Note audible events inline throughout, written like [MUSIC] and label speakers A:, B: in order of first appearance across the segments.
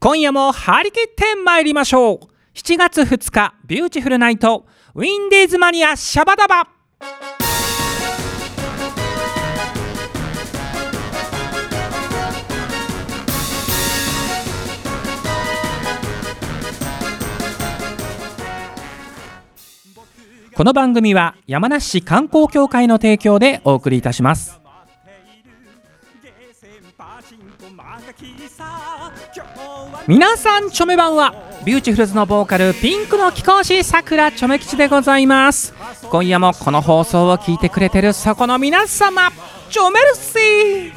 A: 今夜も張り切って参りましょう7月2日ビューティフルナイトウィンディーズマニアシャバダバこの番組は山梨市観光協会の提供でお送りいたします皆さんチョメ版はビューティフルズのボーカルピンクの貴公子さくらチョメ吉でございます今夜もこの放送を聞いてくれてるそこの皆様チョメルシ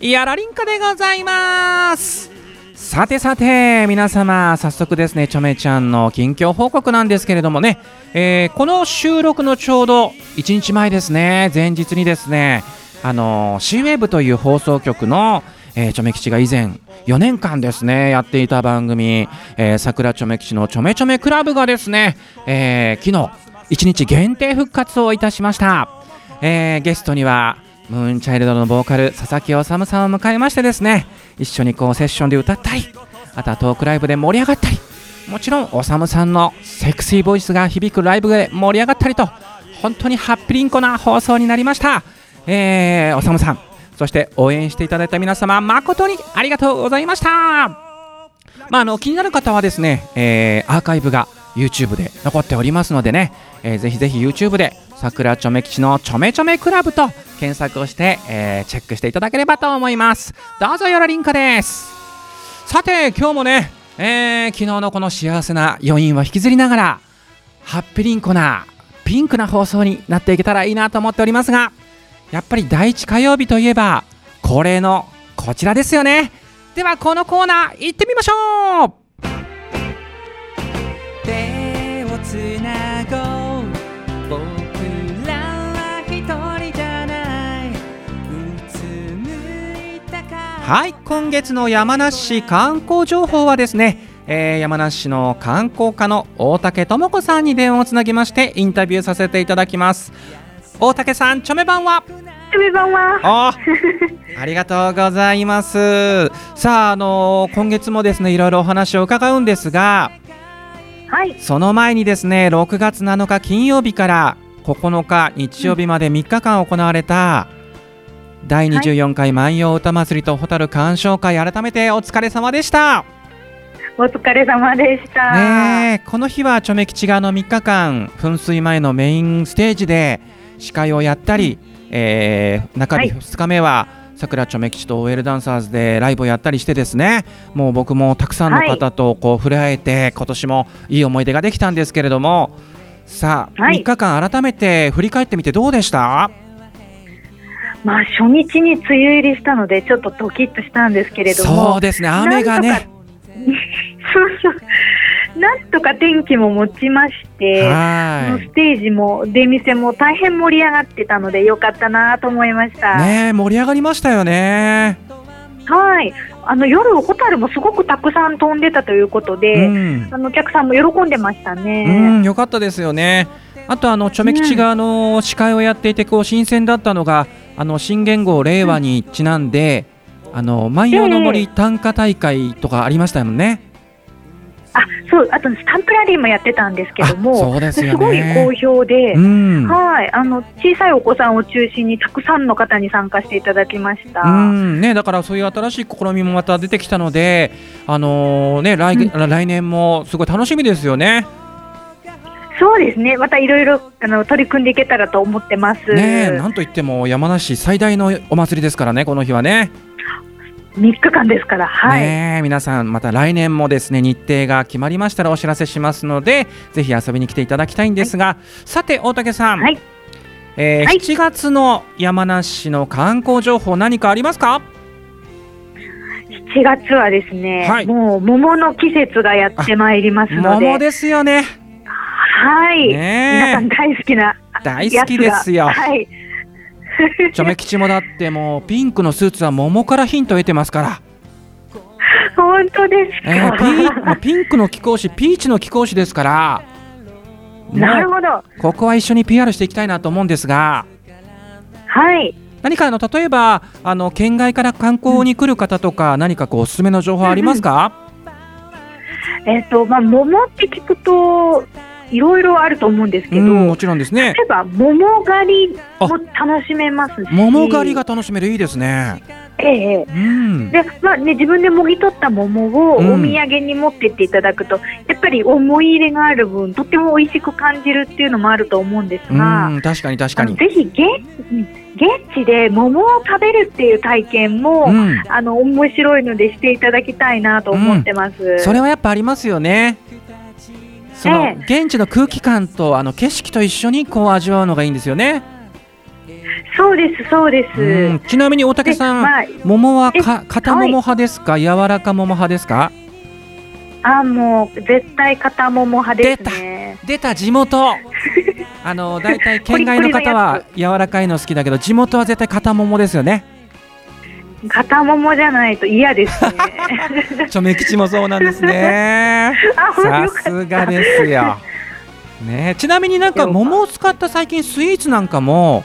A: ーやらりんかでございますさてさて皆様早速ですねチョメちゃんの近況報告なんですけれどもね、えーこの収録のちょうど1日前ですね前日にですねあの c w a v という放送局の、えー、チョメ吉が以前4年間ですねやっていた番組「えー、桜チョメ吉のチョメチョメクラブ」がですね、えー昨日1日限定復活をいたしました、えーゲストにはムーンチャイルドのボーカル佐々木修さんを迎えましてですね一緒にこうセッションで歌ったりあとはトークライブで盛り上がったりもちろん修さんのセクシーボイスが響くライブで盛り上がったりと本当にハッピリンコな放送になりました、えー、おさむさんそして応援していただいた皆様誠にありがとうございましたまあ、あの気になる方はですね、えーアーカイブが YouTube で残っておりますのでね、えーぜひぜひ YouTube で「桜ちょめ吉のちょめちょめクラブ」と検索をして、えーチェックしていただければと思いますどうぞよろりんかですさて今日もね、えー昨日のこの幸せな余韻は引きずりながらハッピリンコなピンクな放送になっていけたらいいなと思っておりますがやっぱり第一火曜日といえば恒例のこちらですよねではこのコーナー行ってみましょう手をつなごう僕らは一人じゃないうつむいたかはい今月の山梨市観光情報はですねえー山梨市の観光課の大竹智子さんに電話をつなぎましてインタビューさせていただきます大竹さんチョメ版は
B: こんばんは。
A: あーありがとうございますさあ、あのー今月もですねいろいろお話を伺うんですが
B: はい、
A: その前にですね6月7日金曜日から9日日曜日まで3日間行われた第24回万葉歌祭りと蛍鑑賞会改めてお疲れ様でした、
B: お疲れ様でした。
A: ねえこの日はチョメ吉があの3日間噴水前のメインステージで司会をやったり、えー中日
B: は
A: 2日目はさくらちょめ吉と OL ダンサーズでライブをやったりしてですねもう僕もたくさんの方とこう触れ合えて、今年もいい思い出ができたんですけれどもさあ、
B: はい
A: 3日間改めて振り返ってみてどうでした
B: まあ初日に梅雨入りしたのでちょっとドキッとしたんですけれども、
A: そうですね雨がね
B: そうそう [LAUGHS] なんとか天気も持ちまして、こ
A: は
B: の
A: い
B: ステージも出店も大変盛り上がってたので良かったなと思いました。
A: ねえ盛り上がりましたよね。
B: はい、あの夜ホタルもすごくたくさん飛んでたということで、
A: うん
B: あのお客さんも喜んでました
A: う
B: ね。
A: ん、よかったですよね。あとあのチョメ吉があの司会をやっていてこう新鮮だったのがあの新元号令和にちなんで、あの万葉の
B: え
A: 森
B: え
A: 短歌大会とかありましたもんね。
B: あ、そう、あとスタンプラリーもやってたんですけ
A: あ、
B: ども、
A: そうです
B: す
A: よね。
B: ごい好評で。
A: うん。
B: はい、あの小さいお子さんを中心にたくさんの方に参加していただきました。
A: うんね、だからそういう新しい試みもまた出てきたので、あのーね来,、来年もすごい楽しみですよね。
B: そうですね、またいろいろあの取り組んでいけたらと思ってます。
A: ねなんといっても山梨最大のお祭りですからね、この日はね。
B: 3日間ですから、はい、
A: ねえ皆さんまた来年もですね日程が決まりましたらお知らせしますのでぜひ遊びに来ていただきたいんですが、さて大竹さん、
B: はい
A: えー
B: はい
A: 7月の山梨市の観光情報何かありますか
B: 7月はですね、
A: はい
B: もう桃の季節がやってまいりますので、
A: 桃ですよね
B: はい、皆さん
A: ね
B: 大好きな
A: 大好きですよ
B: やつがはい、
A: えチョメ吉もだってもうピンクのスーツは桃からヒントを得てますから、
B: [LAUGHS] 本当ですか。
A: えーピ
B: [LAUGHS]
A: ーもうピンクの貴公子ピーチの貴公子ですから
B: なる
A: も
B: ほど、
A: うここは一緒に PR していきたいなと思うんですが
B: はい。
A: 何かあの例えばあの県外から観光に来る方とか、何かこうおすすめの情報ありますか？
B: えっ、ー、と、まあ、桃って聞くと、いろいろあると思うんですけど、
A: うんもちろんですね
B: 例えば桃狩りも楽しめますし、
A: 桃狩りが楽しめるいいですね
B: ええ
A: うん
B: でまあね、自分でもぎ取った桃をお
A: う
B: 土
A: ん
B: 産に持ってっていただくと、やっぱり思い入れがある分とっても美味しく感じるっていうのもあると思うんですが、
A: うん確かに確か
B: あの
A: に
B: ぜひ現現地で桃を食べるっていう体験も、
A: うん
B: あの面白いのでしていただきたいなと思ってます。
A: それはやっぱありますよねその
B: え
A: 現地の空気感とあの景色と一緒にこう味わうのがいいんですよね
B: そうですそうです。
A: うんちなみに大竹
B: で
A: さん、
B: まあ、
A: 桃は
B: え
A: か片桃派ですか、柔らか桃派ですか
B: あもう絶対片桃派ですね。
A: 出た地 [LAUGHS] 元あの大体県外の方は柔らかいの好きだけど地元は絶対片桃ですよね
B: 片桃じゃないと嫌で
A: [LAUGHS]
B: す
A: [LAUGHS]
B: ね。
A: ちょめ吉もそうなんです [LAUGHS] ね
B: あよか
A: さ
B: った
A: すがですよねえちなみになんか桃を使った最近スイーツなんかも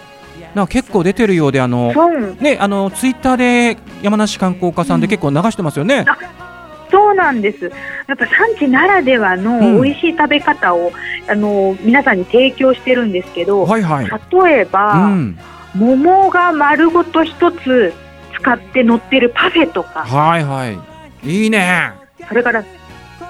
A: なんか結構出てるようであの
B: そう
A: ねあのツイッターで山梨観光課さんで結構流してますよね、
B: そうなんです。やっぱ産地ならでは
A: うん
B: の美味しい食べ方を、あの皆さんに提供してるんですけど、
A: はいはい
B: 例え
A: う
B: ば、
A: ん
B: 桃が丸ごと一つ使って乗ってるパフェとか、
A: はいはいいいね
B: それから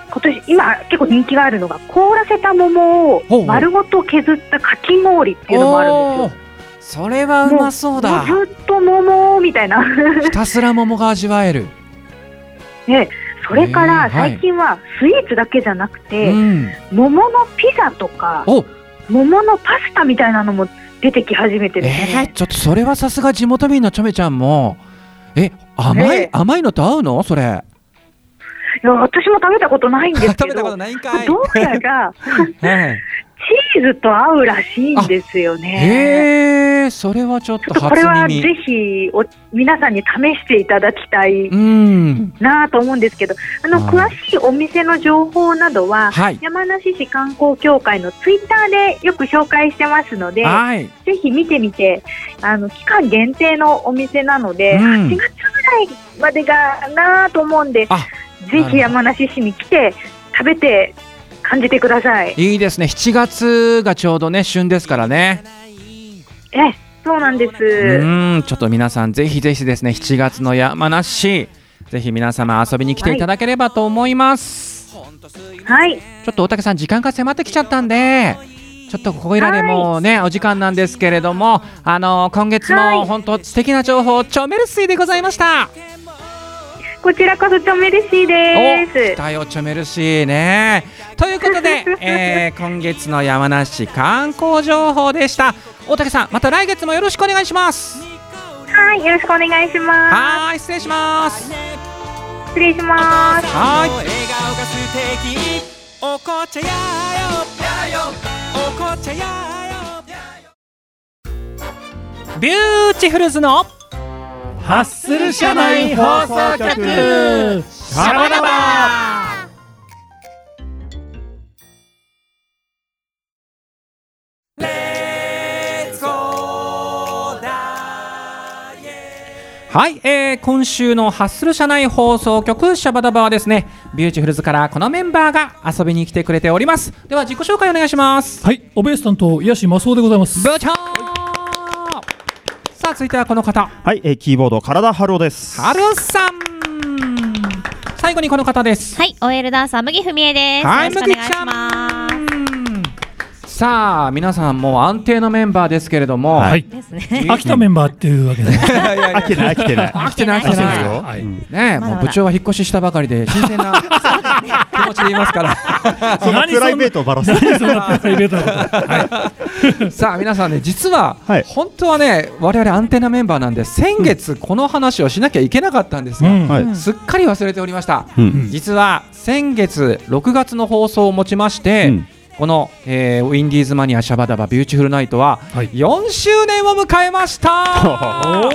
B: 今年今結構人気があるのが凍らせた桃
A: ほうほ
B: を
A: う
B: 丸ごと削ったかき氷っていうのもあるん
A: お
B: です
A: ーそれはうまそうだ
B: よ。もうずっと桃みたいな。 [LAUGHS]
A: ひたすら桃が味わえる、
B: ね、それか
A: え
B: ら
A: ーはい
B: 最近はスイーツだけじゃなくて、
A: うん
B: 桃のピザとか
A: お
B: 桃のパスタみたいなのも出てき始めてる
A: えー、
B: ね、
A: ちょっとそれはさすが地元民のチョメちゃんもえ甘い、
B: ねえ
A: 甘いのと合うのそれ
B: いや私も食べたことないん
A: [LAUGHS]
B: ですけど
A: ないん
B: どうやら
A: はい、
B: チーズと合うらしいんです
A: [LAUGHS]
B: よね。
A: えー、それはちょっ
B: ち
A: と
B: ょっとこ
A: 初
B: れはぜ
A: 耳
B: ひお皆さんに試していただきたい
A: うん
B: なと思うんですけどあの
A: は
B: 詳
A: い
B: しいお店の情報などは
A: はい
B: 山梨市観光協会のツイッターでよく紹介してますので
A: はい
B: ぜひ見てみて、あの期間限定のお店なので、
A: うん
B: 8月ぐらいまでがなぁと思うんで、
A: あ
B: ぜひ山梨市に来て、食べて感じてください。
A: いいですね7月がちょうどね旬ですからね
B: ええ、そうなんです。
A: うんちょっと皆さんぜひぜひですね7月の山梨ぜひ皆様遊びに来ていただければと思います、
B: はい、
A: ちょっと大竹さん時間が迫ってきちゃったんでちょっとここいらでもうね、お時間なんですけれどもあの今月
B: は
A: も
B: い
A: 本当素敵な情報チョメルスイでございました、
B: こちらこそチョメルシー
A: お
B: で
A: 期待をチョメルシーねということ [LAUGHS] で、えー今月の山梨観光情報でした大竹さんまた来月もよろしくお願いします
B: す。はい、よろしくお願いしま
A: はーい失礼します
B: す。失礼します。
A: はーい
C: 笑顔が素敵お紅茶やよお紅茶やよ
A: ビューティフルズの
D: ハッスル社内放送局シャバダバ
A: はい、えー今週のハッスル社内放送局シャバダバはですねビューティフルズからこのメンバーが遊びに来てくれておりますでは自己紹介お願いします
D: はい、オベース担当、癒しマスオでございます。
A: 部長さあ続いてはこの方
E: はい、えーキーボード体ハローです。
A: はるさん最後にこの方です
F: はい、OL ダンサー麦文江です。
A: はい
F: よろしくお願いします。
A: さあ皆さんもう安定のメンバーですけれども、
D: はい、
F: ですね。
D: 秋田メンバーっていうわけで。
E: 飽きてない飽きてない。
A: 飽きてない飽き
E: 飽き
A: て
E: て
A: な
E: ない
A: い
E: よ。
D: は
E: はいい。
A: ねえ
F: [LAUGHS] まだまだ
A: もう部長は引っ越ししたばかりで新鮮な気持ちでいますから
E: そのプライベートをバラす。
D: 何そんなプライベートなこと。
A: さあ皆さんね実は、
E: はい
A: 本当はね我々アンテナメンバーなんで先月この話をしなきゃいけなかったんです
D: う
A: が、
D: ん、
E: はい。
A: すっかり忘れておりました、
E: うん。
A: 実は先月6月の放送をもちまして、
E: うん
A: この、えーウィンディーズマニアシャバダバビューティフルナイトは
D: はい
A: 4周年を迎えました、
D: おお、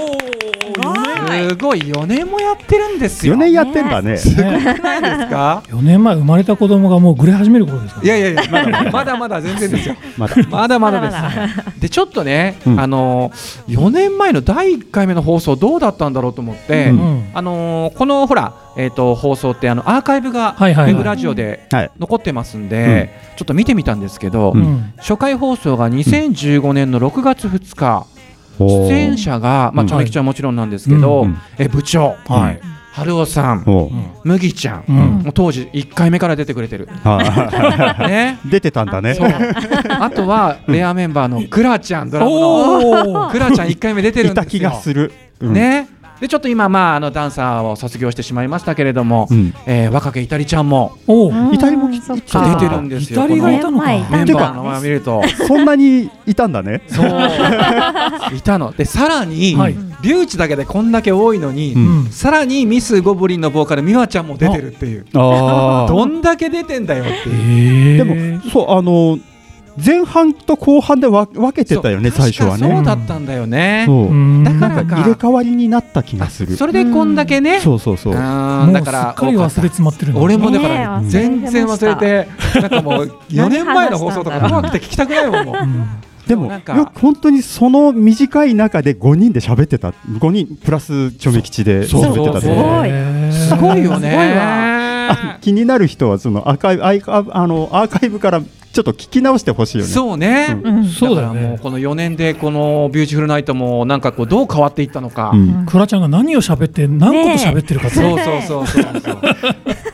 A: すごい4年もやってるんですよ。
E: 4年やってんだね。
A: すごく [LAUGHS] ないですか
D: 4年前生まれた子供がもうぐれ始める頃ですか
A: [LAUGHS] いやいやいやまだ [LAUGHS] まだまだ全然ですよ。
E: まだ。
A: まだまだです。
F: まだ
A: でちょっとね、
E: うん
A: あの4年前の第1回目の放送どうだったんだろうと思って、
E: うん
D: うん
A: あのーこのほら、えー、と放送ってあのアーカイブがウ
D: はいはいはい
A: ェブラジオで
E: はい。
A: 残ってますんで、ちょっと見てみたんですけど、
E: うん
D: うん
A: 初回放送が2015年の6月2日、出演者が、まあ、
E: うん
A: ちょめきちゃんはもちろんなんですけど、
E: うん
A: え部長、
E: はい
A: 春雄さん、
E: おー。
A: 麦ちゃん、
D: うん
A: もう当時1回目から出てくれてる。
E: は
A: ね、
E: い [LAUGHS] 出てたんだね。
A: そう [LAUGHS] あとはレアメンバーのグラちゃんドラムの
D: おー
A: グラちゃん1回目出てる
E: い
A: んで
E: た
A: すよ。
E: 気がする。うん。
A: ねでちょっと今、まあ、あのダンサーを卒業してしまいましたけれども、
E: うん。
A: えー若毛イタリちゃんも
D: お
F: うん
E: イタリアも来
F: そっ
A: 出
F: か
A: てるんですよ。
D: イタリア
A: こ
D: が
A: の
D: いたのか
F: 前いた
A: メン
F: ん
E: て
A: バー
E: か
A: の名前を見ると。
E: そんなにいたんだね。
A: そう
E: [LAUGHS]
A: いたのでさらに、
D: はい
A: ビューチだけでこんだけ多いのに、
E: うん
D: うん
A: さらにミス・ゴブリンのボーカルミワちゃんも出てるっていう
E: あ
A: どんだけ出てんだよっていう
E: で
D: で
E: も、そう、あの、前半と後半でわ分けてたよね、
A: そう
E: 最初は
A: 確か
E: ね。
A: そうだったんだよね
E: そう。
A: だか
E: な
A: ら
E: ん
A: か
E: か入れ替わりになった気がする。
A: それでこんだけね、
E: そうそうそう。
D: も
A: あー
D: う
A: だ
D: だ
A: か
D: からす
A: ら
D: っかり忘れ
A: 多かった
D: 詰まってるんだ
A: 俺もだか
F: ねえ
A: ら
F: 忘れて
A: 全
F: ました
A: 然忘れてなんかもう4年前の放送と
F: [LAUGHS]
A: か怖くて聞きたくないもんもう
D: うん
E: でも
A: なん
E: よ
A: か
E: く本当にその短い中で5人で喋ってた5人プラスちょめ吉で
A: そう
E: 喋ってた
A: そう
E: ね
F: ごい
D: へー
A: すごいよね
F: すごいわ
E: 気になる人はそのアーカイブアイカあのアーカイブからちょっと聞き直してほしいよね
A: そうね、
F: うん
D: そうだ
A: から
D: よ
A: もう
D: ね
A: この4年でこの「ビューティフルナイト」もなんかこうどう変わっていったのか、 [LAUGHS]
E: うん
D: クラちゃんが何を喋って何個と喋ってるかって
A: そうそうそうそうそう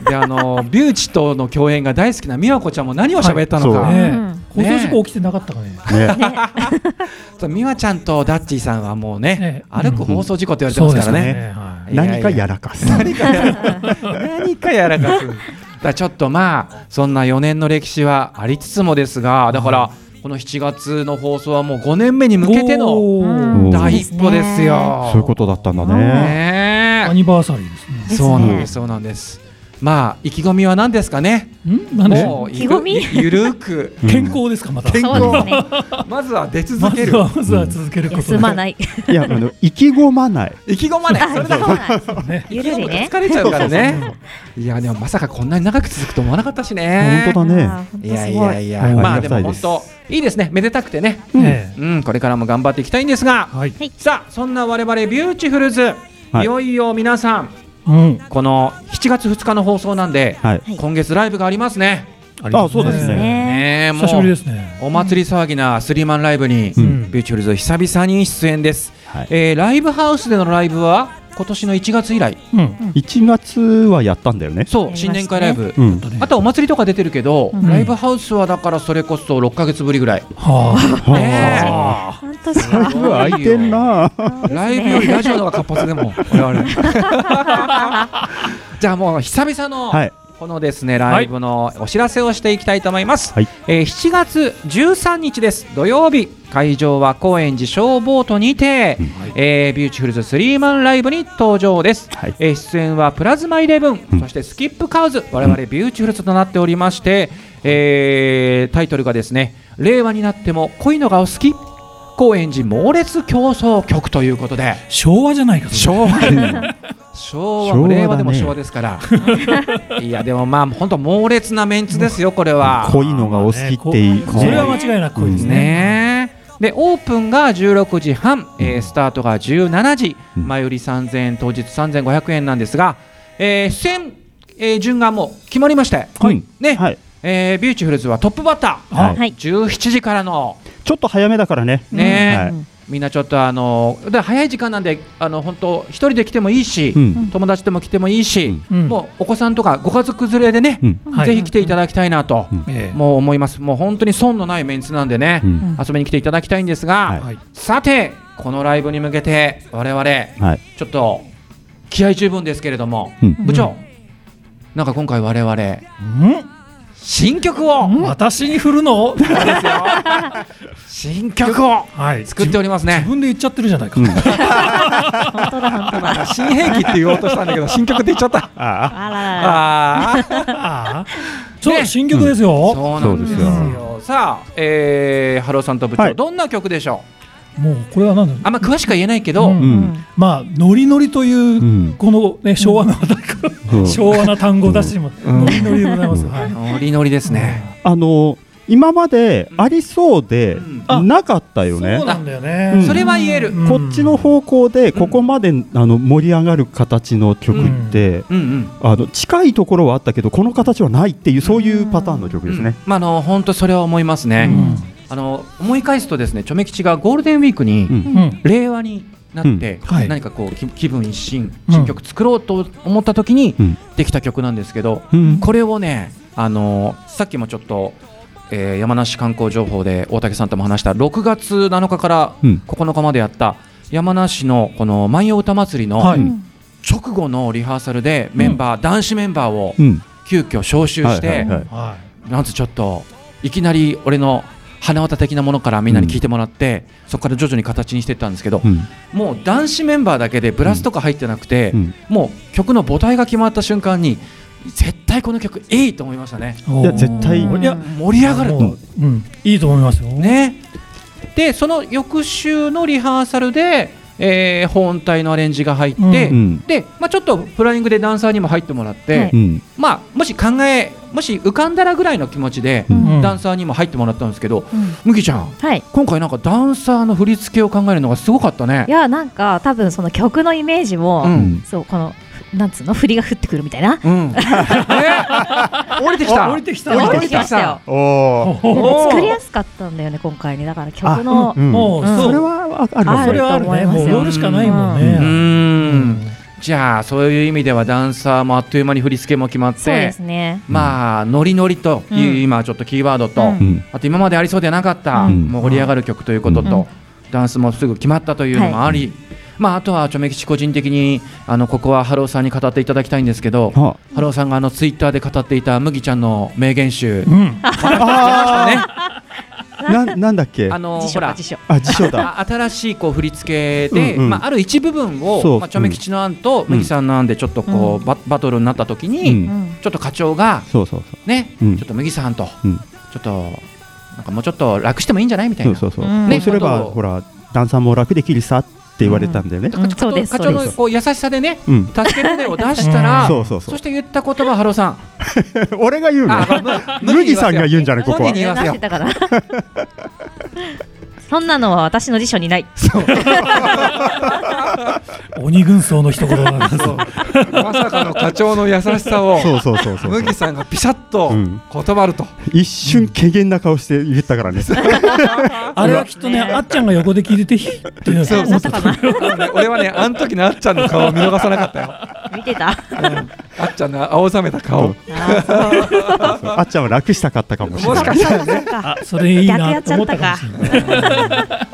A: であのビューチとの共演が大好きな美和子ちゃんも何を喋ったのか、
E: はい
D: ね
F: うん
D: 放送事故起きてなかったかね
E: ね
A: そう美和ちゃんとダッチーさんはもうね
D: ね
A: 歩く放送事故って言われてますから
E: そうです
A: ね、
D: はい
E: ね
A: やいや
E: 何かやらかす
A: 何かやら何かやらかすだからちょっとまあそんな4年の歴史はありつつもですがだからこの7月の放送はもう5年目に向けての
D: おー
F: うん
A: 第一歩ですよ。
E: そういうことだったんだね
A: ね
D: アニバーサリーですね
F: ですね
A: そうなんですそうなんです。まあ意気込みは何ですかね。
D: んなんで
A: もう
F: 意気込み
A: ゆるゆるく
E: うん
D: 健康ですかまた
A: 健
F: そうですね
A: まずは出
D: ま
A: 続け
D: ず
A: る。
D: はまずは続けること
F: 休まない
E: いやあの意気込まない
A: 意気込ま [LAUGHS] ない。それだけ。
F: あそうなん
D: ね
F: [LAUGHS] ゆるりね
A: 疲れちゃうからね。いやでもまさかこんなに長く続くと思わなかったしね。
E: 本当だね
A: いやいやいや。
E: うん
A: まあ
E: あ
A: で
E: りがた
A: も
E: いで
A: 本
E: す
A: 当いいですね。めでたくてね。
D: ええ
A: うんこれからも頑張っていきたいんですが。
D: はい
F: はい
A: さあそんな我々ビューティフルズ、
E: は
A: い
E: い
A: よいよ皆さん
D: うん
A: この7月2日の放送なんで、
E: はい
F: はい
A: 今月ライブがありますね。
E: あそうですね
F: ね
A: ねえもう
D: 久しぶりですね
A: お祭り騒ぎなスリーマンライブに、
D: ん
A: ビューチュールズ久々に出演です、
E: はい
A: えーライブハウスでのライブは今年の1月以来
D: うん
E: 1月はやったんだよね
A: そう、
F: やりました
A: 新
F: ね
A: 年会ライブ、
E: うん
A: あとはお祭りとか出てるけど、
F: うん
A: ライブハウスはだからそれこそ6か月ぶりぐらい、
D: は
A: ね
E: あ
F: 本当す
E: ーだいぶ空いてんな
A: えライブよりラジオの方が活発でも我
E: [LAUGHS]
A: 々じゃあもう久々の、
E: はい
A: このですねライブのお知らせをしていきたいと思います、
E: はい
A: えー7月13日です土曜日会場は高円寺消防トにて、えービューチフルズスリーマンライブに登場です、
E: はい
A: えー出演はプラズマイレブン、そしてスキップカウズ我々ビューチフルズとなっておりまして、えータイトルがですね令和になっても恋のがお好き高円寺猛烈競争曲ということで
D: あ昭和じゃないかそれ
A: 昭和昭和
E: 昭和だ
A: も
E: ね
A: 令和でも昭和ですからいやでもまあ本当猛烈なメンツですよこれは
E: 恋のがお好きっていい
D: それは間違いなく濃いですね
A: ねえでオープンが16時半、えースタートが17時、
E: うん
A: 前売り3000円当日3500円なんですが、えー出演、えー順がもう決まりまして、
E: はい
A: ね
E: はい
A: えービューチフルズはトップバッター
E: は
F: はいい
A: 17時からの
E: ちょっと早めだからね
A: ねえ、
E: はい
A: みんなちょっとあのだから早い時間なんであの本当一人で来てもいいし、
E: うん
A: 友達とも来てもいいし、
D: うん
A: もうお子さんとかご家族連れでね、
E: うん
D: はい
A: ぜひ来ていただきたいなと、
E: うん
D: ええ
A: もう思いますもう本当に損のないメンツなんでね、
E: うん
A: 遊びに来ていただきたいんですが、
E: はい
D: はい
A: さてこのライブに向けて我々
E: はい
A: ちょっと気合十分ですけれども、
E: うん
A: 部長、なんか今回我々新曲を、
D: うん私に振る [LAUGHS] の
A: ですよ新曲を
D: はい
A: 作っておりますね
D: 自分で言っちゃってるじゃないか
F: 本当だ本当だ
A: 新兵器って言おうとしたんだけど新曲って言っちゃった
E: あ
F: あららら
A: あ
D: あ
A: あ
E: [LAUGHS]
D: あ [LAUGHS] そ
A: ね
D: う新曲ですよ
A: そうなんです
E: そう
A: よさあ、えー、ハローさんと部長、
E: はい
A: どんな曲でしょ
G: もうこれは何だろう
A: あんま詳しくは言えないけど、
G: う
E: う
G: ん
E: ん
G: まあノリノリという、
E: うん
G: この、ね、昭和の、
E: うん
G: 昭和な単語を出してしまう、
A: うん
G: ノリノリでございます、
E: うん
G: はい
A: ノリノリですね。
E: あの今までありそうで
G: あ
E: なかったよね
G: そう。なんだよね、
E: うん
A: それは言える。
G: うん
E: こっちの方向でここまで、あの盛り上がる形の曲って、
A: うんうん。
E: あの近いところはあったけどこの形はないっていうそういうパターンの曲ですね。
A: まああの本当それは思いますね。あの思い返すとですね、チョメ吉がゴールデンウィークに、
E: うん
G: うん
A: 令和になって、
G: うんはい
A: 何かこうき気分一新
G: うん
A: 新曲作ろうと思った時に
E: うん
A: できた曲なんですけど、
E: うん
A: これをねあのさっきもちょっと、えー山梨観光情報で大竹さんとも話した6月7日から
E: うん
A: 9日までやった山梨のこの「万葉歌祭り」の
G: はい
A: 直後のリハーサルでメンバー、男子メンバーを
E: うん
A: 急遽招集して、
E: はいはいはい
G: は
A: なんつちょっといきなり俺の花形的なものからみんなに聞いてもらって、そこから徐々に形にしていったんですけど、
E: うん
A: もう男子メンバーだけでブラスとか入ってなくて、
E: うん
A: もう曲の母体が決まった瞬間に絶対この曲いいと思いましたね
G: い
E: いや絶対
G: おー
E: い
G: いや
A: 盛り上がる
G: もううん、いいと思いますよ、
A: ねでその翌週のリハーサルで、えー本体のアレンジが入って、
G: う
E: う
G: ん
E: ん
A: で、まあ、ちょっとプランニングでダンサーにも入ってもらって、
F: はい
E: うん
A: まあ、もし考えもし浮かんだらぐらいの気持ちで、
E: うん
G: うん
A: ダンサーにも入ってもらったんですけど、
F: うん
A: むきちゃん
F: はい
A: 今回なんかダンサーの振り付けを考えるのがすごかったね
F: い。やなんか多分その曲のイメージも、
A: うん
F: そうこのなんつうの振りが降ってくるみたいな
A: うん。
F: [LAUGHS]
A: え降りてきた。
G: 降りてきた
F: 降
A: 降
F: り
A: りて
F: てき
A: き
F: ました
A: た
F: よ。
E: おー
A: おー
F: 作りやすかったんだよね今回ねだから曲の
E: うん
G: もう、
F: うん
G: そう
E: それはある
F: あ
E: わ
G: それはあるねもうやるしかないもんね、
A: うー。
G: うんん
A: じゃあそういう意味ではダンサーもあっという間に振り付けも決まっ
F: そうで
A: て
F: す、ね
A: まあノリノリという
F: うん
A: 今ちょっとキーワードと、
F: うん
E: うん
A: あと今までありそうでなかった
E: うん
A: 盛り上がる曲ということ
F: う
A: と
F: ん、
A: ダンスもすぐ決まったというのもあり、まああとはちょめきち個人的にあのここはハローさんに語っていただきたいんですけど、
E: は
A: ハローさんがあのツイッターで語っていた麦ちゃんの名言集
G: う、ん
E: あ
A: ね、
E: あななんだっけ
A: あの
F: 辞書
A: ほら
F: か辞書
E: あ辞書だ。
A: あ新しいこう振り付けで、
E: うんうん
A: まあ、ある一部分
E: そ
A: を、
E: う
A: まあ、ちょめ吉の案と
E: ん
A: 麦さんの案でちょっとこう、
F: うん
A: ババトルになった時
E: う
A: に、
E: ん
F: うん
A: ちょっと課長が
E: そうそう
A: ね、
E: うん
A: ちょっと麦さんと、
E: うん
A: ちょっとなんかもうちょっと楽してもいいんじゃないみたい
E: そ
A: な
E: うそうそうそう。
F: うん
E: こうすれば
A: ね
E: ほらダンサーも楽できるさって言われたんだよね。
F: うんそうです
A: 課
F: そ
A: 長
F: う
A: の
F: です
A: こう優しさでね
E: うん。
A: 助け舟を出したら、
G: うん
E: そうそうそ
A: そうし。て言った言葉ハローさん
E: [LAUGHS] 俺が言うの。
A: あむ
E: [LAUGHS] 麦さんが言うんじゃないここ
A: 本
E: は
A: 人。に言わせ
F: 出
A: よ
F: してたから [LAUGHS] そんなのは私の辞書にない
G: 鬼軍曹の一言なんですよ
C: まさかの課長の優しさを
E: そうそうそうそう。
C: 麦さんがピシャッと
E: うん
C: 断ると、
E: 一瞬軽減な顔して言ったからね。
G: あれはきっとね、あっちゃんが横で聞いてて、ひってね
C: そう
G: 思ってた。
C: 俺はねあの時のあっちゃんの顔を見逃さなかったよ
F: 見てた
C: あっちゃんの青ざめた顔
E: あっちゃんは楽したかったかもしれ
C: も
E: な
C: し
E: い。
C: かしたらね
F: そうか
G: あ、それいい
F: 逆や
G: な
F: っ
G: と
F: ちゃ
G: 思
F: っ
G: った
F: た
G: かも
F: か
G: しれ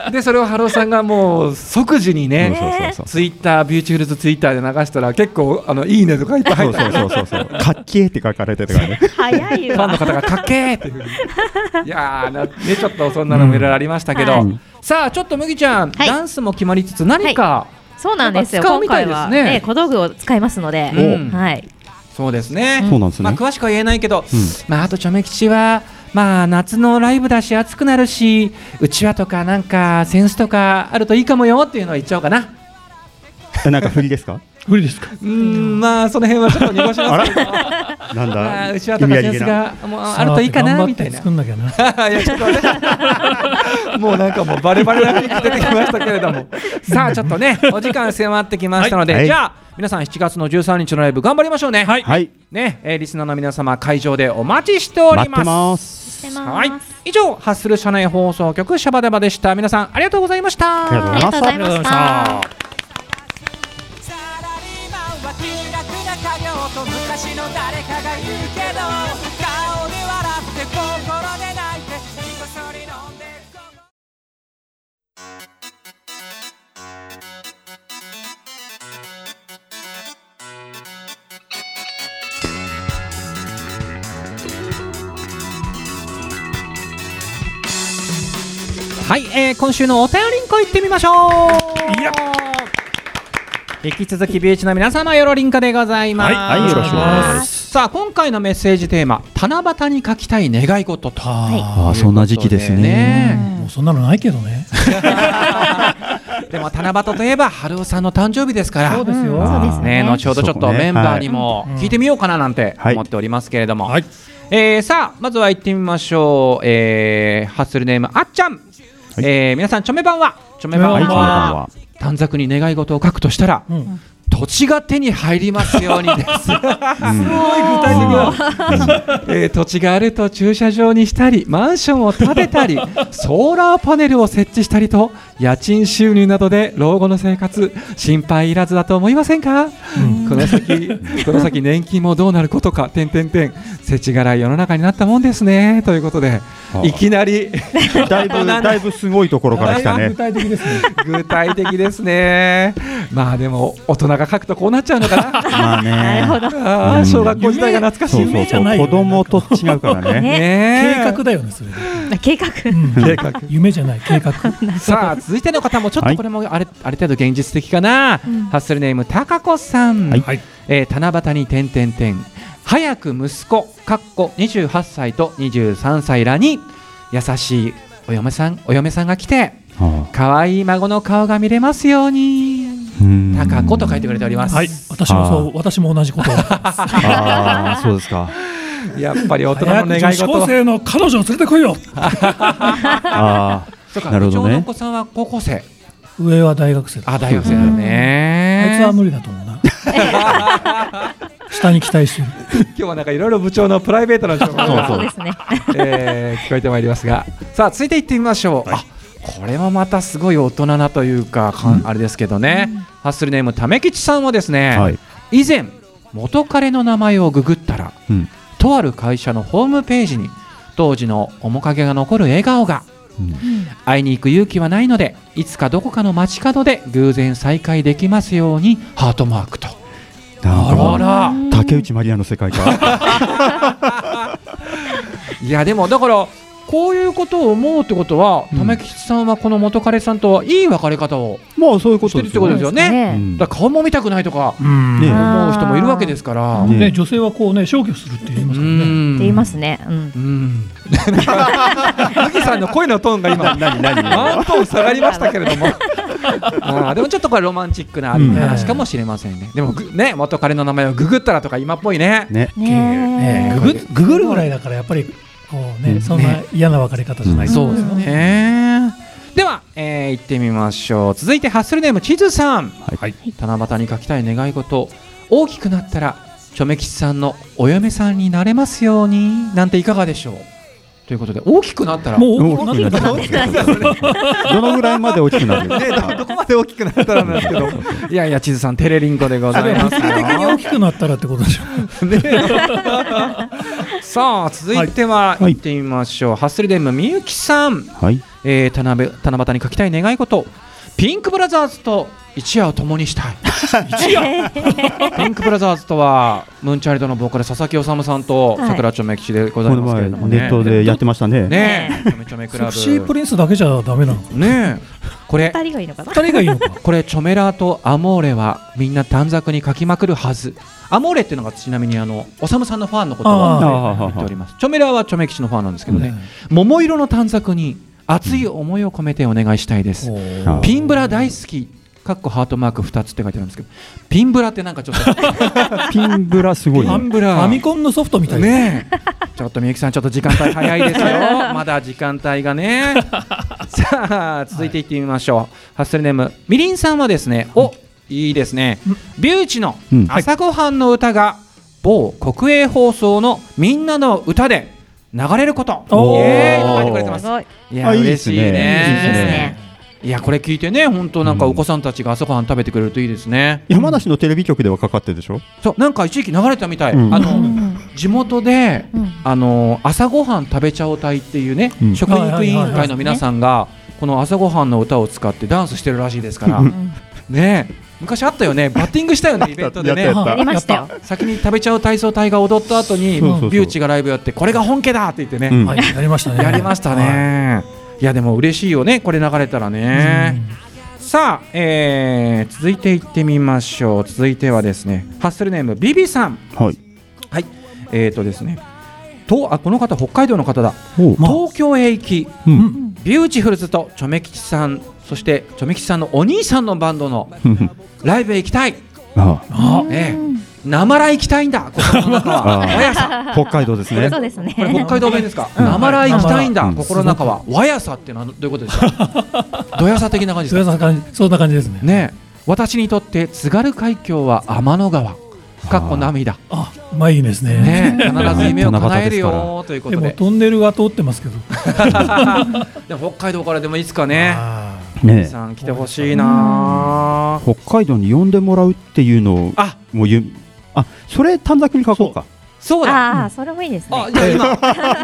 G: ない。
C: でそれをハロさんがもう即時にね
E: そうそうそうそう。
C: ツイッタービューティフルズツイッターで流したら結構あのいいねとかいっぱい入
E: そ
C: っ
E: う
C: た
E: そうそうそうそう。かっけーって書かれてたからね。
F: 早い
C: ファンの
F: わ
C: 方がかっけーっていうふうにいやーな、ね、ちょっとそんなのもいろいろありましたけど、
F: うん
E: はい
A: さあちょっと麦ちゃん、
F: はい
A: ダンスも決まりつつ何か、
F: そうなんですよ
A: なんか使う
F: 今
A: みたい
F: 回
A: ですね
F: はね小道具を使いますので
A: うん
F: はい
A: そうですね、
E: そうなんです
A: まあ、
E: ね。
A: 詳しくは言えないけど、
E: うん
A: まあ、あとチョメ吉は、まあ、夏のライブだし暑くなるしうちわとかなんかセンスとかあるといいかもよっていうのを言っちゃおうかな
E: えなんか振りですか？
G: 無理ですか。
A: うーんまあその辺はちょっと濁し
E: [LAUGHS]
A: ますけど
E: なん
A: まあ
E: だ。
A: うちわとかセンスがもうあるといいかなみたいな
G: さあ頑張って作んなきゃ
A: [LAUGHS]
G: な。
C: いやちょっとねもうなんかもうバレバレな雰囲気出てきましたけれど
E: [LAUGHS]
C: も
A: さあちょっとねお時間迫ってきましたので、
E: はい
A: じゃあ皆さん7月の13日のライブ頑張りましょうねはい、
E: はい。
A: ね、えーリスナーの皆様会場でお待ちしてお
E: 待
A: り
E: っ
A: ます
E: てます。
F: してます
A: はい以上ハッスル社内放送局シャバダバでした皆さんありがとうございました
E: ありがとうございました
F: ありがとうご
G: ありがとうご
F: ざいま
G: ざい
F: し
G: ま。
F: た
C: サラリーマンは気楽な家業と昔の誰かが言うけど顔で笑って心で泣いてひとそり飲んで
A: はい、えー今週のお便りんこ行ってみましょう引き続きビーチの皆様よろりんこでございます、
E: はいはいよろしくお願いします
A: さあ今回のメッセージテーマ七夕に書きたい願い事と
E: ああそんな時期ですね。
G: もうそんなのないけどね。
A: でも七夕といえば春雄さんの誕生日ですから
G: そうですよ。
E: あー
F: そうです
A: ね、後ほどちょっとメンバーにも
G: うん
A: 聞いてみようかななんて
E: はい
A: 思っておりますけれども、
G: はい。
A: えーさあまずは行ってみましょう、えーハッスルネームあっちゃん、えー皆さんチョメ版はチョメ版
E: はい、こんばん
A: は
E: は。
A: 短冊に願い事を書くとしたら、
G: うん
A: 土地が手に入りますように [LAUGHS] です。えー土地があると駐車場にしたりマンションを建てたりソーラーパネルを設置したりと家賃収入などで老後の生活心配いらずだと思いませんか、この先この先年金もどうなることか点点点世知辛い世の中になったもんですねということで
E: あ
A: いきなり
E: だいぶだいぶすごいところから来た
G: だいぶ
E: ね
G: 具。体的ですね。
A: 具体的ですねまあでも大人が書くとこうなっちゃうのかな
E: まあね。
A: あー小学校時代が懐かしい
E: そうそう
G: 夢じ
E: そ
G: ゃ
E: う
G: ないよ
E: 子
G: ね
E: 供と違うから
A: [LAUGHS]
E: ね。
F: ね
A: ね
G: 計
A: え
G: 画だよね、それ。
F: 計画。
G: 計画。夢じゃない、計画。
A: さあ続いての方もちょっ
E: は
A: と
E: い
A: これもあれ、ある程度現実的かな、ハッスルネームたかこさん、
E: はい
G: はい。
A: えー七夕に点点点早く息子かっこ28歳と23歳らに優しいお嫁さんお嫁さんが来て
E: は
A: 可愛い孫の顔が見れますように
E: あうん
A: たかこと書いてくれております、
G: はい。私もそう、私も同
A: [LAUGHS]
G: じことを。
E: ああそうですか。
A: やっぱり大人の
G: 早く
A: 願
G: 女
A: い
G: 子
A: 事
G: 高生の彼女を連れてこいよ。
E: あ
A: [LAUGHS] そうか
E: なるほど
A: 部長の
E: ね
A: お子さんは高校生
G: 上は大学生だ。
A: あ大学生だよね
G: あいつは無理だと思う
A: [LAUGHS]
G: な。下に期待してる。
A: 今日はなんかいろいろ部長のプライベートな情報が
E: そう
F: そうですね。
A: えー聞こえてまいりますがさあ続いていってみましょう、あこれもまたすごい大人なというかかんあれですけどね、ハッスルネームためきちさんはですね、
E: あはい。
A: 以前元彼の名前をググったら
E: うん
A: とある会社のホームページに当時の面影が残る笑顔が
E: うん
A: 会いに行く勇気はないのでいつかどこかの街角で偶然再会できますようにハートマークと
E: なんかもう
A: あら
E: 竹内まりやの世界か。 [LAUGHS]
A: いやでもだからこういうことを思うってことは、
E: うん
A: 為吉さんはこの元彼さんとはいい別れ方を
E: もうそういうこ
A: してる
E: とで
A: っ
E: す
A: てこと
E: よ
A: です
E: ね。
A: よね。
E: うん
A: だから顔も見たくないとか
G: うん
E: ね
A: 思う人もいるわけですから。
E: ね
G: ね、女性はこうね、消去するって言いますからね。
F: って
A: 言
F: 言います。ね。うん。
A: うん。 [LAUGHS] マキさんの声のトーンが今、ワントーン下がりましたけれ [LAUGHS] ども。あーでもちょっとこれロマンチックな話かもしれませんね。でもぐね元彼の名前をググったらとか今っぽいね。
E: ね。
G: ね
F: ね
G: ググググるぐらいだからやっぱりこうね、そんな嫌な別れ方じゃない
A: そうですね。では、えー行ってみましょう。続いてハッスルネームチズさん。
E: はい。
A: 七夕に書きたい願い事大きくなったらチョメ吉さんのお嫁さんになれますようになんていかがでしょうということで大きくなったら
G: もう
E: 大きくなってどのぐらいまで大きくなる？
A: ど [LAUGHS] こまで大きくなったらなんですけどいやいや地図さんテレリンコでございますよ
G: 的に大きくなったらってことでしょ。
A: [LAUGHS] さあ続いては
E: はい
A: 行ってみましょう、ハッスルデムみゆきさん、
E: はい。
A: えー、七夕七夕に書きたい願い事ピンクブラザーズと一夜を共に
E: [LAUGHS]
A: したいピンクブラザーズとはムーンチャイルドのボーカル佐々木修さんと
F: はい
A: 桜町メキシでござ
E: こ
A: い
E: の
A: ますけ
E: 前
A: れども
E: ネ
A: ね
E: ットでやってましたね。
A: ねえ、ちょめちょめク
G: セ
A: ラ
E: [LAUGHS]
G: クシープ
A: ブ。
G: リンスだけじゃダメなのか。
A: ねえ、これ、
F: 二人がいいのかな。
G: 二人がいいのか。
A: これ、チョメラーとアモーレはみんな短冊に書きまくるはず。アモーレっていうのがちなみにあの、おさむさんのファンのことを
G: あ
E: あ
A: 言っております。チョメラーはチョメ吉のファンなんですけどね、桃色の短冊に熱い思いを込めてお願いしたいです。
E: あ
A: ピンブラ大好き。かっこハートマーク2つって書いてあるんですけどピンブラってなんかちょっと
E: ピンブラすごい
A: ピ
E: ね。
A: ンブ
G: フ
A: ラ
G: ァミコンのソフトみたいな。
A: ねえ [LAUGHS] ちょっとみゆきさんちょっと時間帯早いですよまだ時間帯がね [LAUGHS] さあ続いていってみましょう、ハッスルネームみりんさんはですねおいいですねビューチの
E: うん
A: 朝ごはんの歌が某国営放送のみんなの歌で流れること
G: お
A: イ
G: ー
A: エーイと書いてくれてます
F: すごい。
A: いや
E: あいいで
A: 嬉
E: す
A: しい
E: ね
A: ね
E: いいです
F: ね
A: いやこれ聞いてね本当なんかお子さんたちが朝ごはん食べてくれるといいですね、
E: 山梨のテレビ局ではかかってるでしょ。
A: そうなんか一時期流れてたみたい、
E: うん
A: あ
F: う
A: の
F: ん
A: 地元で、
F: うん
A: あの朝ごはん食べちゃおう隊っていうね、
E: うん
A: 食育委員会の皆さんが、この朝ごはんの歌を使ってダンスしてるらしいですから、
F: ん
A: ねえ昔あったよねバッティング
E: [LAUGHS]
A: したよねイベントで
E: や
A: ね
E: ったやっ
G: は
F: やりましたよ。
A: 先に食べちゃう体操隊が踊った後に
E: そうそうそう
A: ビューチがライブやってこれが本家だって言って
E: う
A: ね、
E: ん。
G: はい、やりましたね。
A: やりましたね、い、やでも嬉しいよねこれ流れたら
G: はい。
A: ね、さあ、えー続いていってみましょう続いてはですねハッスルネームビビさん
E: はい。
A: はい、えーとですねとあこの方北海道の方だ
E: おう
G: まあ
A: 東京へ行き
E: う
G: うんん。
A: ビューティフルズとチョメ吉さんそしてチョメ吉さんのお兄さんのバンドの
E: ふんふん
A: ライブへ行きたい、
E: [LAUGHS] あ
G: あ、
A: ええ、生ライ行きたいんだここの中は
E: ああ
A: 和やさん [LAUGHS]
E: あ北海道ですね
F: そうですね。
A: これ北海道弁ですか
G: うん
A: 生ライ行きたいんだ
E: うん
A: 心の中は和やさってのはどういうことですかどやさ的な感じ
G: そ
A: で
G: う
A: すか
G: いう感じそんな感じですね。
A: ねえ私にとって津軽海峡は天の川かっこ涙
G: あ、まあいいですね。
A: ねえ、必ず夢を叶える
E: 七夕
A: よというこ
G: で
A: と
G: も
A: で。
G: トンネルは通ってますけど。
A: [LAUGHS] でも北海道からでもいつかね、
G: あ
E: ねえ
A: さん来てほしいな。
E: 北海道に呼んでもらうっていうのを
A: あ、
E: もうゆあそれ短冊に書こうか
A: そうだ。
F: ああ、それもいいですね
A: あ、。じゃあ [LAUGHS] 今、今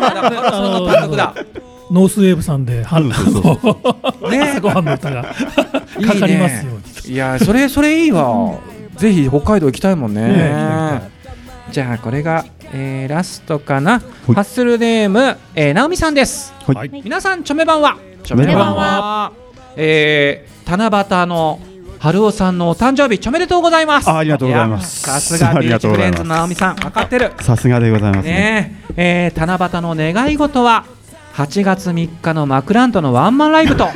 A: だからその単独だ。
G: ーノースウェーブさんで、は
E: うんそうそうそ
A: [LAUGHS]
E: う
A: ね
G: 朝ごはんの歌が
A: [LAUGHS]
G: かかりますように。
A: え、いや、それそれいい [LAUGHS] わ。ぜひ北海道行きたいもん
G: ね
A: ね。じゃあこれが、えー、ラストかな。
E: い
A: ハッスルネーム、えー、ナオミさんです。
E: はい
A: 皆さんチョメ版はチ
E: ョメ版は
A: えー、七夕の春雄さんのお誕生日チョメでとうございます
E: あありがとうございます
A: やさすが
E: あ
A: ビ
E: り
A: ュー
E: が
A: テ
E: と
A: ィフ
E: うご
A: レ
E: ざ
A: ン
E: います
A: ズのあみさん分かってる
E: さすがでございますね
A: ねええー、七夕の願い事は8月3日のマクラントのワンマンライブと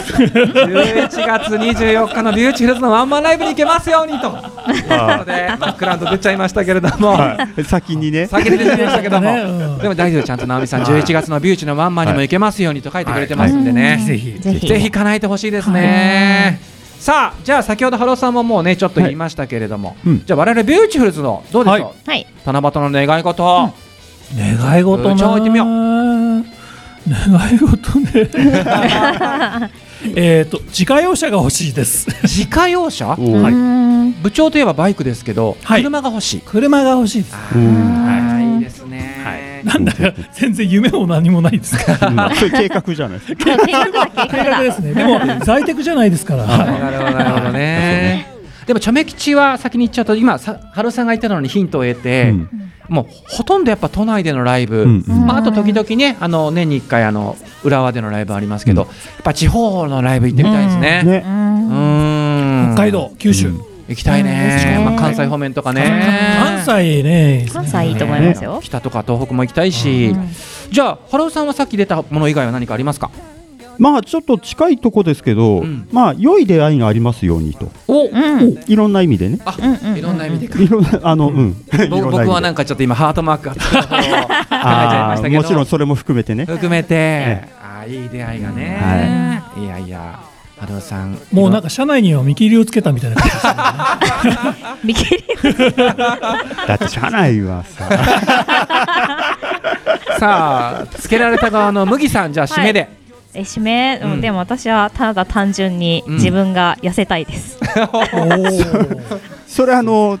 A: 11月24日のビューチフルズのワンマンライブに行けますようにとということでマクラント出ちゃいましたけれども、
E: はい先に
A: [LAUGHS]
E: ね
A: 先に出てきましたけども、
G: ねうん
A: でも大丈夫ちゃんと直美さん11月のビューチのワンマンにも行けますようにと書いてくれてますんでね、
G: ぜひ。
F: ぜひ。
A: ぜひ叶えてほしいですね。さあじゃあ先ほどハローさんももうねちょっと言いましたけれども、
E: うん
A: じゃあ我々ビューチフルズのどうでしょう、
E: は
F: はい。
A: 七夕の願い事、
G: 願い事
A: うん
G: な。
A: じゃあ行ってみよう
G: 願い事ね。 [LAUGHS] えっと、自家用車が欲しいです。
A: 自家用車
E: おう
F: うーん
A: 部長といえばバイクですけど、
G: はい
A: 車が欲しい
G: 車が欲しいです。
A: あ
E: うん
A: ーいいですね、
G: なんだか全然夢も何もないです
A: [LAUGHS]
G: から。
E: うんそれ計画じゃないですか
F: 計画だ計
G: 計
F: 画だ
G: 画ですね。でも在宅じゃないですから。
A: なるほどなるほどねでもチョメ吉は先に言っちゃうと今さハローさんが言ったのにヒントを得て、
E: うん
A: もうほとんどやっぱ都内でのライブ、
E: うん
A: まあ、あと時々ねあの年に1回あの浦和でのライブありますけど、やっぱ地方のライブ行ってみたいですね。
E: ね
A: うーん
G: 北海道、九州、
E: うん
A: 行きたいね、まあ、関西方面とかね
G: 関西ね。いいですね
F: 関西いいと思いますよ。
A: 北とか東北も行きたいし、
F: うん
A: じゃあハローさんはさっき出たもの以外は何かありますか
E: まあちょっと近いとこですけど、
A: うん
E: まあ良い出会いがありますようにと
A: お
F: うん。
E: いろんな意味でね
A: あ
F: うんうんうん
A: いろんな意味でか
E: いろんなあのうんいろんな意味で
A: 僕僕はなんかちょっと今ハートマークがつくところを考えちゃいま
E: あ
A: し
E: あ
A: たけど
E: もちろんそれも含めてね
A: 含めて
E: え
A: あーいい出会いがね、い、やいやハローさん
G: もうなんか車内には見切りをつけたみたいな感じですね。 [LAUGHS]
F: 見切り
E: だって社内はさ
A: さあつけられた側の麦さんじゃあ締めで、
F: え締め、うん
A: うん
F: でも私はただ単純に
A: うん
F: 自分が痩せたいです、
E: それあの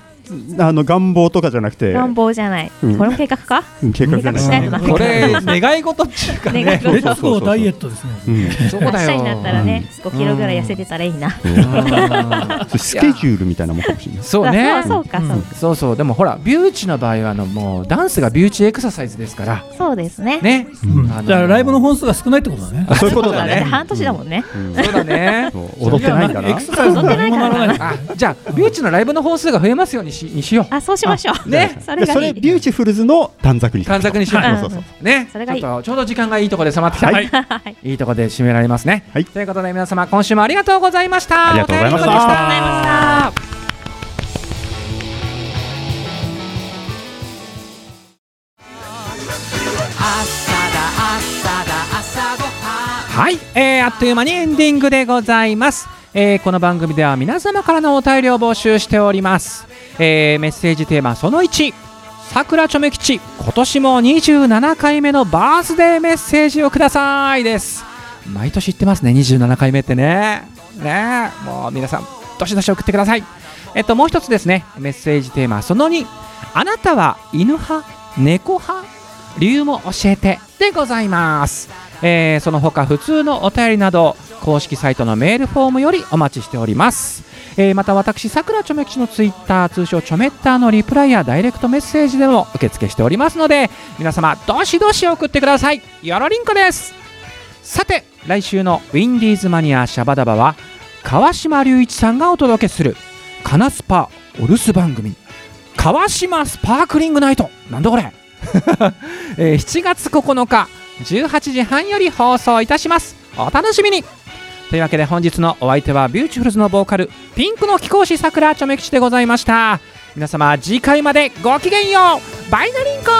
E: あの願望とかじゃなくて
F: 願望じゃない、
E: うん
F: これも計画か
E: うん計画じゃ
F: 計画しな
E: ない
F: とな
E: い
A: こ [LAUGHS] れ願い事っちゅうか
F: 願い
A: ね
G: お
F: 事
G: お。レッツゴーダイエットですね。
E: うん
A: [LAUGHS] そう
F: 明
A: だ
F: 日
A: よ
F: になったらね、5キロぐらい痩せてたらいいな、
A: うん
E: そうスケジュールみたいなもんかもしれない
A: そうね
F: あそうかそうか、
A: そうそうでもほらビューチの場合はあのもうダンスがビューチエクササイズですから
F: そうですね
A: ね、
G: うん
A: あ
G: だからライブの本数が少ないってことだね。
E: そういうこと
F: だ
E: だ
F: って
E: ね
F: 半年だもんね、
E: うん
A: そうだね
E: そう踊ってないんだ
G: エ
E: な
G: クササイズも何もならない。
A: あじゃあビューチのライブの本数が増えますようにしにしよう
F: あそうしましょう
A: ね
F: それ
E: そ
F: がい
E: れ
F: い
E: ビューティフルズの短冊に
A: 短冊にしよう
E: はいそうそう
A: ね
F: それがいい
A: ちょっとちょうど時間がいいところで収まってきた、
E: はい
A: い、いところで締められますね、
E: はい
A: ということで皆様今週もありがとうございました
E: ありがとうございました
A: お便り
E: ありがとうござい
A: でしたはい、えー、あっという間にエンディングでございます、えーこの番組では皆様からのお便りを募集しております、えーメッセージテーマその1さくらちょめ吉今年も27回目のバースデーメッセージをくださいです毎年言ってますね27回目ってねねえもう皆さんどしどし送ってくださいえっともう一つですねメッセージテーマその2あなたは犬派猫派理由も教えてでございます、えーその他普通のお便りなど公式サイトのメールフォームよりお待ちしております、えーまた私さくらちょめきちのツイッター通称ちょめッターのリプライやダイレクトメッセージでも受付しておりますので皆様どしどし送ってくださいよろりんこですさて来週のウィンディーズマニアシャバダバは川島隆一さんがお届けする「カナスパお留守番組」川島スパークリングナイトなんだこれ、 [LAUGHS] えー7月9日18時半より放送いたしますお楽しみにというわけで本日のお相手はビューティフルズのボーカルピンクの貴公子さくらちょめきちでございました皆様次回までごきげんようバイナリンコ